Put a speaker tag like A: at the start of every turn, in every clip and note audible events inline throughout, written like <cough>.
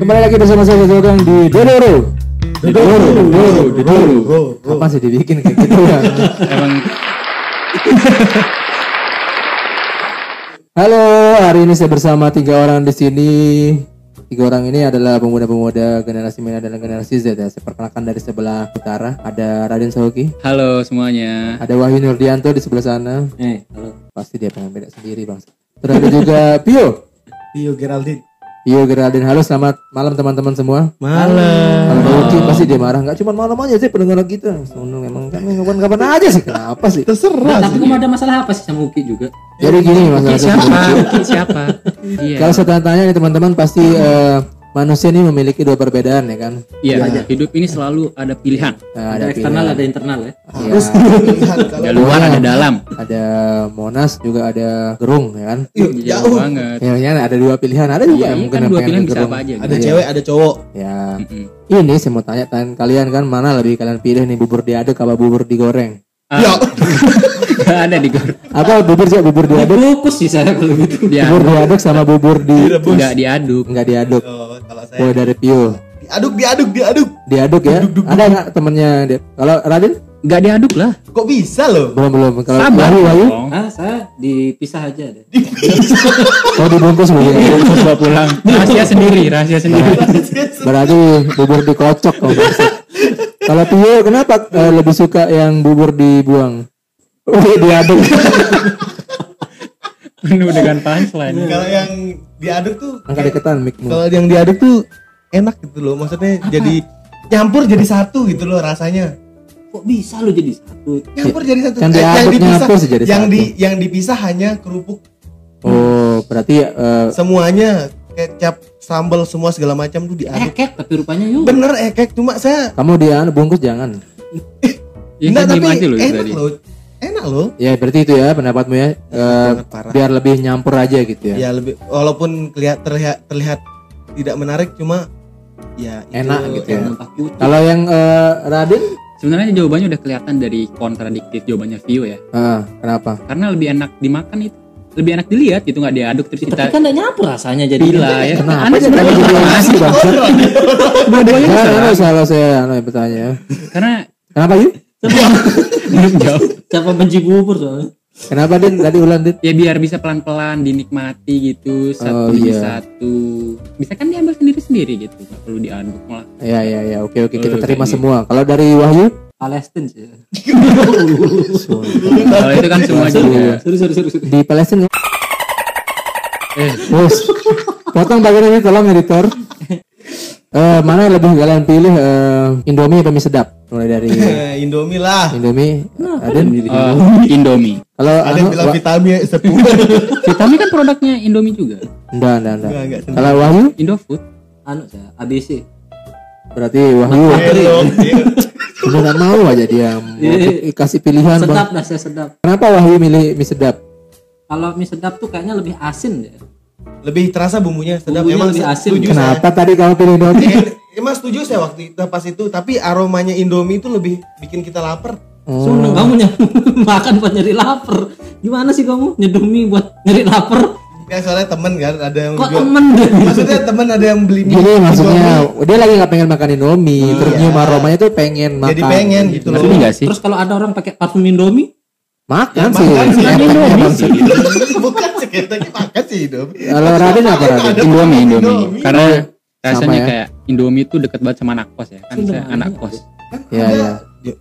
A: Kembali lagi bersama saya Sogong di Dodoro. Dodoro, Dodoro, Dodoro. Apa sih dibikin kayak gitu ya?
B: Emang
A: <laughs> Halo, hari ini saya bersama tiga orang di sini. Tiga orang ini adalah pemuda-pemuda generasi milenial dan generasi Z ya. Saya perkenalkan dari sebelah utara ada Raden Sohoki,
B: halo semuanya.
A: ada Wahyu Nurdianto di sebelah sana.
C: Eh, halo.
A: Pasti dia pengen beda sendiri bang. Terus ada juga Pio.
D: Iya,
C: Tio Geraldine.
A: Yo Geraldine, halo selamat malam teman-teman semua.
C: Malam.
A: Kalau Doki pasti dia marah, nggak cuma malam aja sih pendengar kita. Sono emang kan kapan-kapan aja sih, kenapa sih?
C: Nah, tapi kamu ada masalah apa sih sama Uki juga?
A: Jadi gini masalah
E: siapa? Mungkin siapa? Iya.
A: Kalau saya tanya nih teman-teman pasti eh, manusia ini memiliki dua perbedaan ya kan.
B: Iya, hidup ini selalu ada pilihan.
A: Eh,
C: Ada eksternal, ada internal ya.
A: ya,
B: Ada luar, ada dalam.
A: ada Monas juga ada Gerung ya kan.
B: Iya, Jauh banget.
A: Ya, ya, ada dua pilihan, ada juga
B: Iya,
A: yang
B: ini
A: mungkin
B: kan
A: yang
B: dua
A: pengen
B: pilihan
A: ke
B: bisa
A: Gerung.
B: apa aja.
D: ada
A: Iya.
B: gitu.
D: cewek ada cowok
A: Ya.
B: Mm-mm.
A: Ini saya mau tanya tanya kalian kan mana lebih kalian pilih nih bubur diaduk apa bubur digoreng?
B: Ah.
A: Ya.
B: Nggak ada di gor.
A: Apa bubur sih bubur diaduk?
C: Belukus sih saya kalau gitu.
B: Dia
A: Bubur diaduk sama bubur di
B: Iya. nggak diaduk.
A: nggak diaduk.
D: oh, kalau saya
A: Boy dari Pio.
D: diaduk diaduk diaduk
A: Diaduk ya. Ada nggak temennya? dia? Kalau Radin
B: Nggak diaduk lah.
D: kok bisa loh
A: belum belum. Kalau
B: Sabar.
A: Wahyu Wahyu
D: Oh.
B: dong.
C: Ah, saya dipisah aja deh.
A: Oh dibungkus
D: <laughs>
A: mungkin.
B: Bawa pulang. Rahasia sendiri, rahasia sendiri.
A: Berarti bubur dikocok kalau maksud. Kalau Tio kenapa eh, lebih suka yang bubur dibuang? Oh,
D: iya.
A: diaduk.
B: Penuh dengan
A: Iya.
B: punchline.
D: kalau yang diaduk tuh
A: Angkat deketan micmu.
D: kalau yang diaduk tuh enak gitu loh maksudnya jadi nyampur jadi satu gitu loh rasanya
C: Kok bisa lu jadi satu?
D: nyampur jadi satu
A: Iya. Yang
D: Eh,
A: diaduk nyampur sih jadi
D: yang
A: satu.
D: di yang dipisah hanya kerupuk
A: Oh, berarti eh,
D: semuanya kecap sambal semua segala macam tuh
A: Eh.
D: diaduk
C: Ekek tapi rupanya yuk.
D: bener ekek cuma saya
A: kamu dia anu, bungkus jangan. Iya,
B: Ya,
A: kan
D: enggak
B: diem
D: tapi
B: aja loh itu
D: enak
B: tadi.
D: loh enak loh
A: Ya berarti itu ya pendapatmu ya. Eh,
D: Banget, Iya, parah.
A: biar lebih nyampur aja gitu ya.
D: ya lebih walaupun kelihat terlihat terlihat tidak menarik cuma ya itu
A: Enak gitu ya.
C: Nampak cute.
A: Kalau yang eh, Radin
B: Sebenarnya jawabannya udah kelihatan dari kontradiktif jawabannya Vio ya.
A: Ah, kenapa?
B: Karena lebih enak dimakan itu. Lebih enak dilihat itu nggak diaduk terus
C: Tapi
B: kita
C: kan enggak nyampur rasanya jadi.
B: Gila ya.
A: Kenapa
B: Anda
A: jadi
B: sebenarnya
A: jadi
B: nggak
A: orang asli,
B: ngasih
A: gitu, Bang?
B: dua-duanya
A: Jangan
B: salah.
A: anu, salah saya anu yang bertanya.
B: Karena
A: Kenapa yuk?
B: belum jauh.
C: Siapa benci bubur soalnya?
A: Kenapa Din? Tadi ulan Din?
B: <laughs> Ya biar bisa pelan-pelan dinikmati
A: Oh,
B: gitu satu demi
A: iya.
B: satu. Bisa kan diambil sendiri-sendiri gitu. Nggak perlu diaduk malah.
A: Ya ya ya. Oke oke kita
B: Oh,
A: terima
B: kayak
A: semua. Kalau dari Wahyu?
C: Palestina sih.
B: <laughs> Kalau itu kan semua juga.
C: Seru seru seru seru.
A: di Palestina
B: Eh.
A: Bos. potong bagian ini tolong editor Eh, mana yang lebih kalian pilih eh, Indomie atau mie sedap mulai dari
D: Eh,
A: Iya.
D: Indomie lah
A: Indomie Adin
B: Eh, Indomie.
A: kalau
D: ada
A: anu
D: yang bilang
A: wa-
D: vitamin sepuluh
A: <laughs>
B: Vitamin kan produknya Indomie juga.
A: enggak enggak enggak
D: Enggak, enggak.
A: kalau Wahyu
B: Indofood.
C: Anu saya ABC.
A: berarti Wahyu Iya. Udah nggak mau aja dia mau
C: Iya.
A: kasih pilihan Bang.
C: Sedap dah saya sedap.
A: kenapa Wahyu milih mie sedap
C: Kalau mie sedap tuh kayaknya lebih asin deh.
D: lebih terasa bumbunya sedap
C: Bumbunya
D: emang
C: lebih asin.
D: setuju saya
A: kenapa tadi kamu pilih Indomie
D: Eh, emang setuju saya waktu itu pas itu tapi aromanya Indomie itu lebih bikin kita lapar
C: Sunda kamu ny- <laughs> makan buat nyari lapar. Gimana sih kamu nyedum mie buat nyari lapar?
D: ya soalnya temen kan ada yang
C: Kok
D: jual-
C: temen <laughs> deh?
D: maksudnya temen ada yang beli mie
A: Gini maksudnya
D: Indomie.
A: dia lagi nggak pengen makan Indomie, terus nyium aromanya tuh pengen makan.
D: jadi pengen gitu loh
B: Maksudnya enggak sih?
C: Terus kalau ada orang pakai parfum Indomie,
A: Makan sih.
D: makan
A: Emang sih.
D: <laughs> bukan sekitarnya makan sih Indomie
A: Kalau Raden apa Raden?
B: Indomie, Indomie.
D: Indomie.
B: Karena
A: Sama
B: rasanya
A: ya.
B: kayak Indomie tuh deket banget sama anak kos ya. Kan saya
C: iya.
B: anak kos.
A: Ya ya.
D: Ya,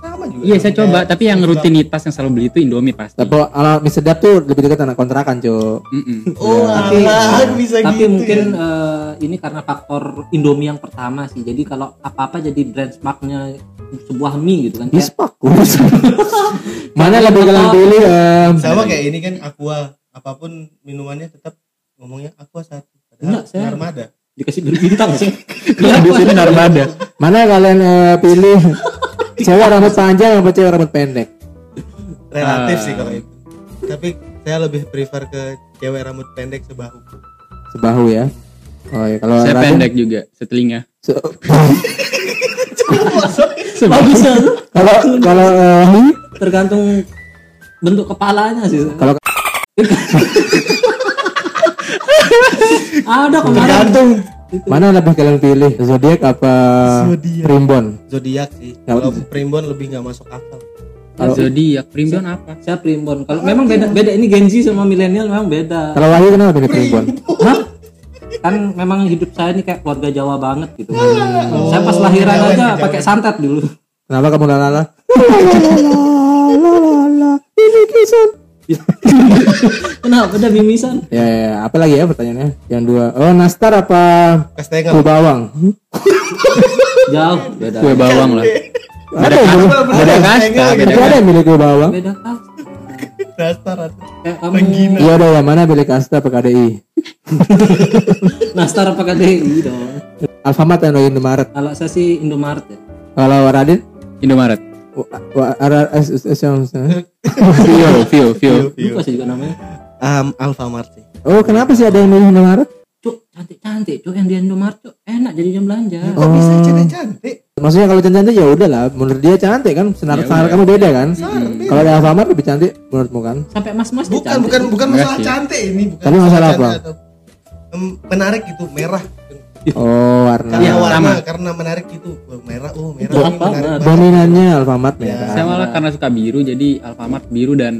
D: kan sama juga
B: Iya saya coba,
D: Kayak-
B: tapi yang rutinitas yang selalu beli itu Indomie pasti.
A: Tapi kalau mie sedap tuh lebih dekat anak kontrakan, Cuk.
B: Mm-mm. <laughs>
D: oh alah bisa
C: tapi
D: gitu ya.
C: mungkin eh, ini karena faktor Indomie yang pertama sih. Jadi kalau apa-apa jadi benchmarknya sebuah mie gitu kan. Kayak,
A: Bispak. Iya, Mana lebih kalian pilih? em,
D: sama kayak ini kan aqua apapun minumannya tetap ngomongnya aqua satu padahal
C: Enggak, saya-
D: armada
C: dikasih berbintang sih. Iya,
B: Di sini narmada.
A: mana kalian eh, pilih? cewek rambut panjang apa cewek rambut pendek?
D: relatif sih kalau itu tapi saya lebih prefer ke cewek rambut pendek sebahu
A: Sebahu ya. Oh ya kalau
B: Saya
A: Raden-
B: pendek juga, setelinga.
A: se-
C: Nggak bisa lu
A: kalau kalau eh, Hui?
C: tergantung bentuk kepalanya sih.
A: Kalau-
C: ada kemarin
D: tergantung
A: mana lebih kalian pilih zodiak apa
D: Zodiak.
A: primbon?
D: zodiak sih
A: Nggak
D: kalau
A: betul.
D: primbon lebih nggak masuk akal
A: Kalau-
B: Zodiak primbon apa?
C: saya primbon. Kalau memang beda beda ini Gen Z sama milenial memang beda.
A: Kalau Wahyu kenapa pilih primbon?
C: Hah? Kan memang hidup saya ini kayak keluarga Jawa banget gitu. Saya pas lahiran aja pakai santet dulu.
A: Kenapa kamu lalala? Lalala, ini kisah.
C: Kenapa udah mimisan?
A: Ya, ya, ya. apa lagi ya pertanyaannya? Yang dua. Oh, nastar apa
D: kastengel <laughs>
A: kue bawang?
C: Jauh beda.
B: Kue bawang lah.
A: Ada yang milih-
B: Beda kasta, beda
A: ada yang milih kue bawang?
C: Beda kan?
D: dasar
C: Kayak kamu
A: Iya ada yang mana pilih kasta apa KDI?
C: nastar apa KDI dong.
A: Alfamart atau Indomaret?
C: Kalau saya sih Indomaret ya.
A: Kalau Radin?
B: Indomaret.
A: Wa- wa- ara- as- as- as- as- as-
B: Vio, Vio, Vio.
C: Lupa sih juga namanya.
D: um, Alfamart sih
A: Oh kenapa sih ada yang milih Indomaret?
C: Cuk, cantik-cantik. Cuk yang di Indomaret, cuk. Enak jadi jam belanja.
D: kok bisa cantik cantik
A: Maksudnya kalau cantik ya udah lah, menurut dia cantik kan,
B: Ya
A: senar senar kamu beda kan?
B: Hmm.
A: Kalau ada Alfamart lebih cantik menurutmu kan?
C: Sampai mas-mas dia
D: bukan
C: cantik.
D: bukan bukan
B: Enggak
D: masalah
B: sih.
D: cantik ini bukan
A: Tapi masalah
D: cantik
A: apa?
D: atau- Em, menarik itu merah
A: Oh warna.
D: karena
B: Iya,
D: warna
B: sama.
D: karena menarik itu Wah, merah oh merah
C: Itu
D: ini
C: apa?
D: menarik banget.
A: Dominannya Alfamart ya kan?
B: Saya malah karena suka biru jadi Alfamart biru dan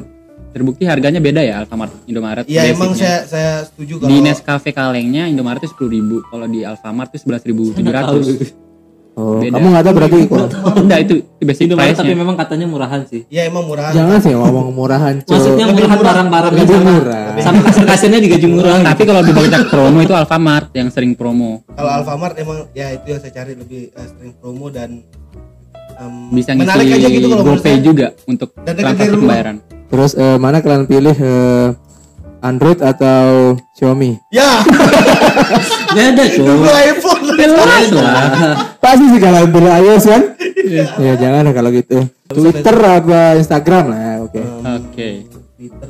B: terbukti harganya beda ya Alfamart Indomaret.
D: Iya emang
B: basicnya.
D: saya saya setuju
B: di
D: kalau
B: Nescafe kalengnya Indomaret itu sepuluh ribu, kalau di Alfamart itu sebelas ribu tujuh ratus.
A: Oh,
B: Beda.
A: kamu nggak tahu berarti
B: Enggak itu itu basic
C: Indomaret
B: price
C: tapi
B: nya.
C: memang katanya murahan sih.
D: ya emang murah
A: jangan sih ngomong murahan. cuy.
C: Maksudnya
D: Lebih
C: murahan
D: murah.
C: barang-barangnya
A: Oh, Lebih
C: sama,
A: murah.
C: sama kasir-kasirnya digaji murah.
B: Tapi kalau lebih banyak promo itu Alfamart yang sering promo.
D: kalau Alfamart emang ya itu yang saya cari lebih eh, sering promo dan em,
B: Bisa ngisi
D: menarik aja gitu kalau menurut
B: GoPay
D: saya.
B: juga untuk
D: Dan dekat
B: transaksi
D: dari rumah.
B: pembayaran.
A: Terus eh, mana kalian pilih eh, Android atau Xiaomi?
D: ya <laughs>
C: Beda, cuk.
D: dulu iPhone
B: Jelas lah.
A: Pasti sih kalau pilih iOS kan?
B: Iya.
A: ya jangan lah kalau gitu. Twitter apa Instagram lah ya, oke.
B: Hmm. Oke.
D: Twitter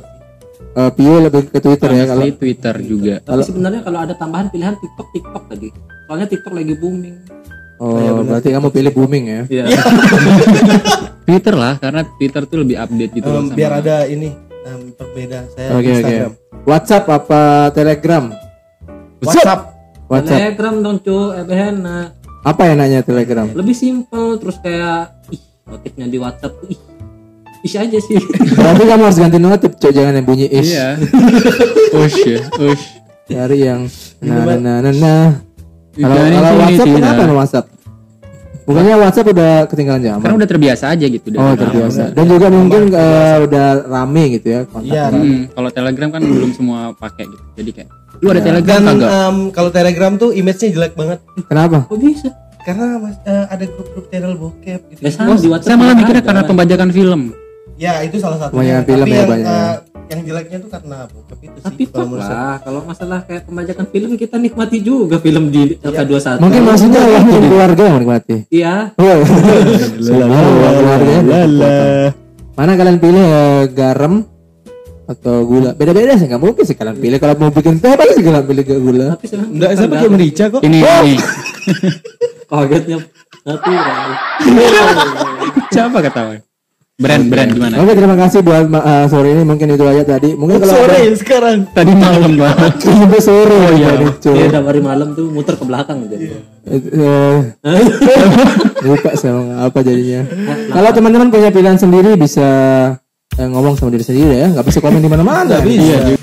A: Eh, Pio lebih ke Twitter ya kalau
B: Di Twitter juga.
C: Tapi sebenarnya kalau ada tambahan pilihan TikTok TikTok tadi. Soalnya TikTok lagi booming.
A: Oh, berarti kamu pilih booming ya.
C: Iya.
B: Twitter lah karena Twitter tuh lebih update gitu loh
D: Em,
B: sama-
D: biar ada ini em, perbeda saya
A: Oke oke.
D: Instagram
A: WhatsApp apa Telegram?
D: WhatsApp
A: WhatsApp.
C: Telegram dong, cuk. Eh, enak.
A: Apa enaknya Telegram?
C: Lebih simple terus kayak ih, notifnya di WhatsApp tuh ih. Ih aja sih.
A: Berarti kamu harus ganti notif, cok jangan yang bunyi ish.
B: Iya. <laughs> Ush ya, ush.
A: Cari yang nah nah nah nah. nah. Kalau kalau
B: Jangan yang
A: WhatsApp
B: ini, nah. Tina.
A: kenapa WhatsApp? Bukannya WhatsApp udah ketinggalan zaman?
B: Karena udah terbiasa aja gitu udah
A: Oh
B: lama.
A: terbiasa. Dan juga mungkin eh, udah rame gitu ya kontak.
D: iya
B: Hmm, kalau Telegram kan belum semua pakai gitu. Jadi kayak Ya. lu ada Telegram
D: dan eh,
B: kagak?
D: em, kalau Telegram tuh image-nya jelek banget
A: Kenapa?
B: Iya.
C: Kok bisa?
D: karena mas- eh, ada grup-grup channel bokep gitu.
C: Ya sama
B: Oh,
C: di
B: saya
C: WhatsApp.
B: malah
C: juga
B: mikirnya
C: ada.
B: karena pembajakan film.
D: Ya itu salah
A: Kebanyakan
D: satunya.
A: film
D: Tapi
A: ya,
D: yang
A: banyak ya.
D: eh, yang jeleknya tuh karena bokep itu sih.
C: tapi
D: kalau
C: fuck
D: menurut saya.
C: lah kalau masalah kayak pembajakan film kita nikmati juga film di LK21
A: Mungkin maksudnya yang punya keluarga yang menikmati.
C: iya
A: <laughs> Oh. Semua orang keluarga ya berkekuatan. Mana kalian pilih eh, garam atau gula? Beda-beda sih nggak mungkin sih kalian pilih kalau mau bikin teh pasti kalian pilih ke gula.
C: tapi sebenarnya
D: Enggak, saya pakai merica Ya, kok. Oh!
B: Ini
D: <laughs>
B: ini.
C: kagetnya ya, natural
B: Siapa ketawa? Brand brand gimana?
A: Oke terima kasih buat ma- eh, sore ini mungkin itu aja tadi. Mungkin kalau
D: Sore sekarang.
B: Tadi malam banget.
A: ada- <laughs> sampai sore oh, iya.
C: dia udah hari malam tuh muter ke belakang gitu. jadi
A: Eh, <laughs> lupa sama apa jadinya. Kalau teman-teman punya pilihan sendiri bisa eh, ngomong sama diri sendiri ya, nggak bisa komen di mana-mana. Iya.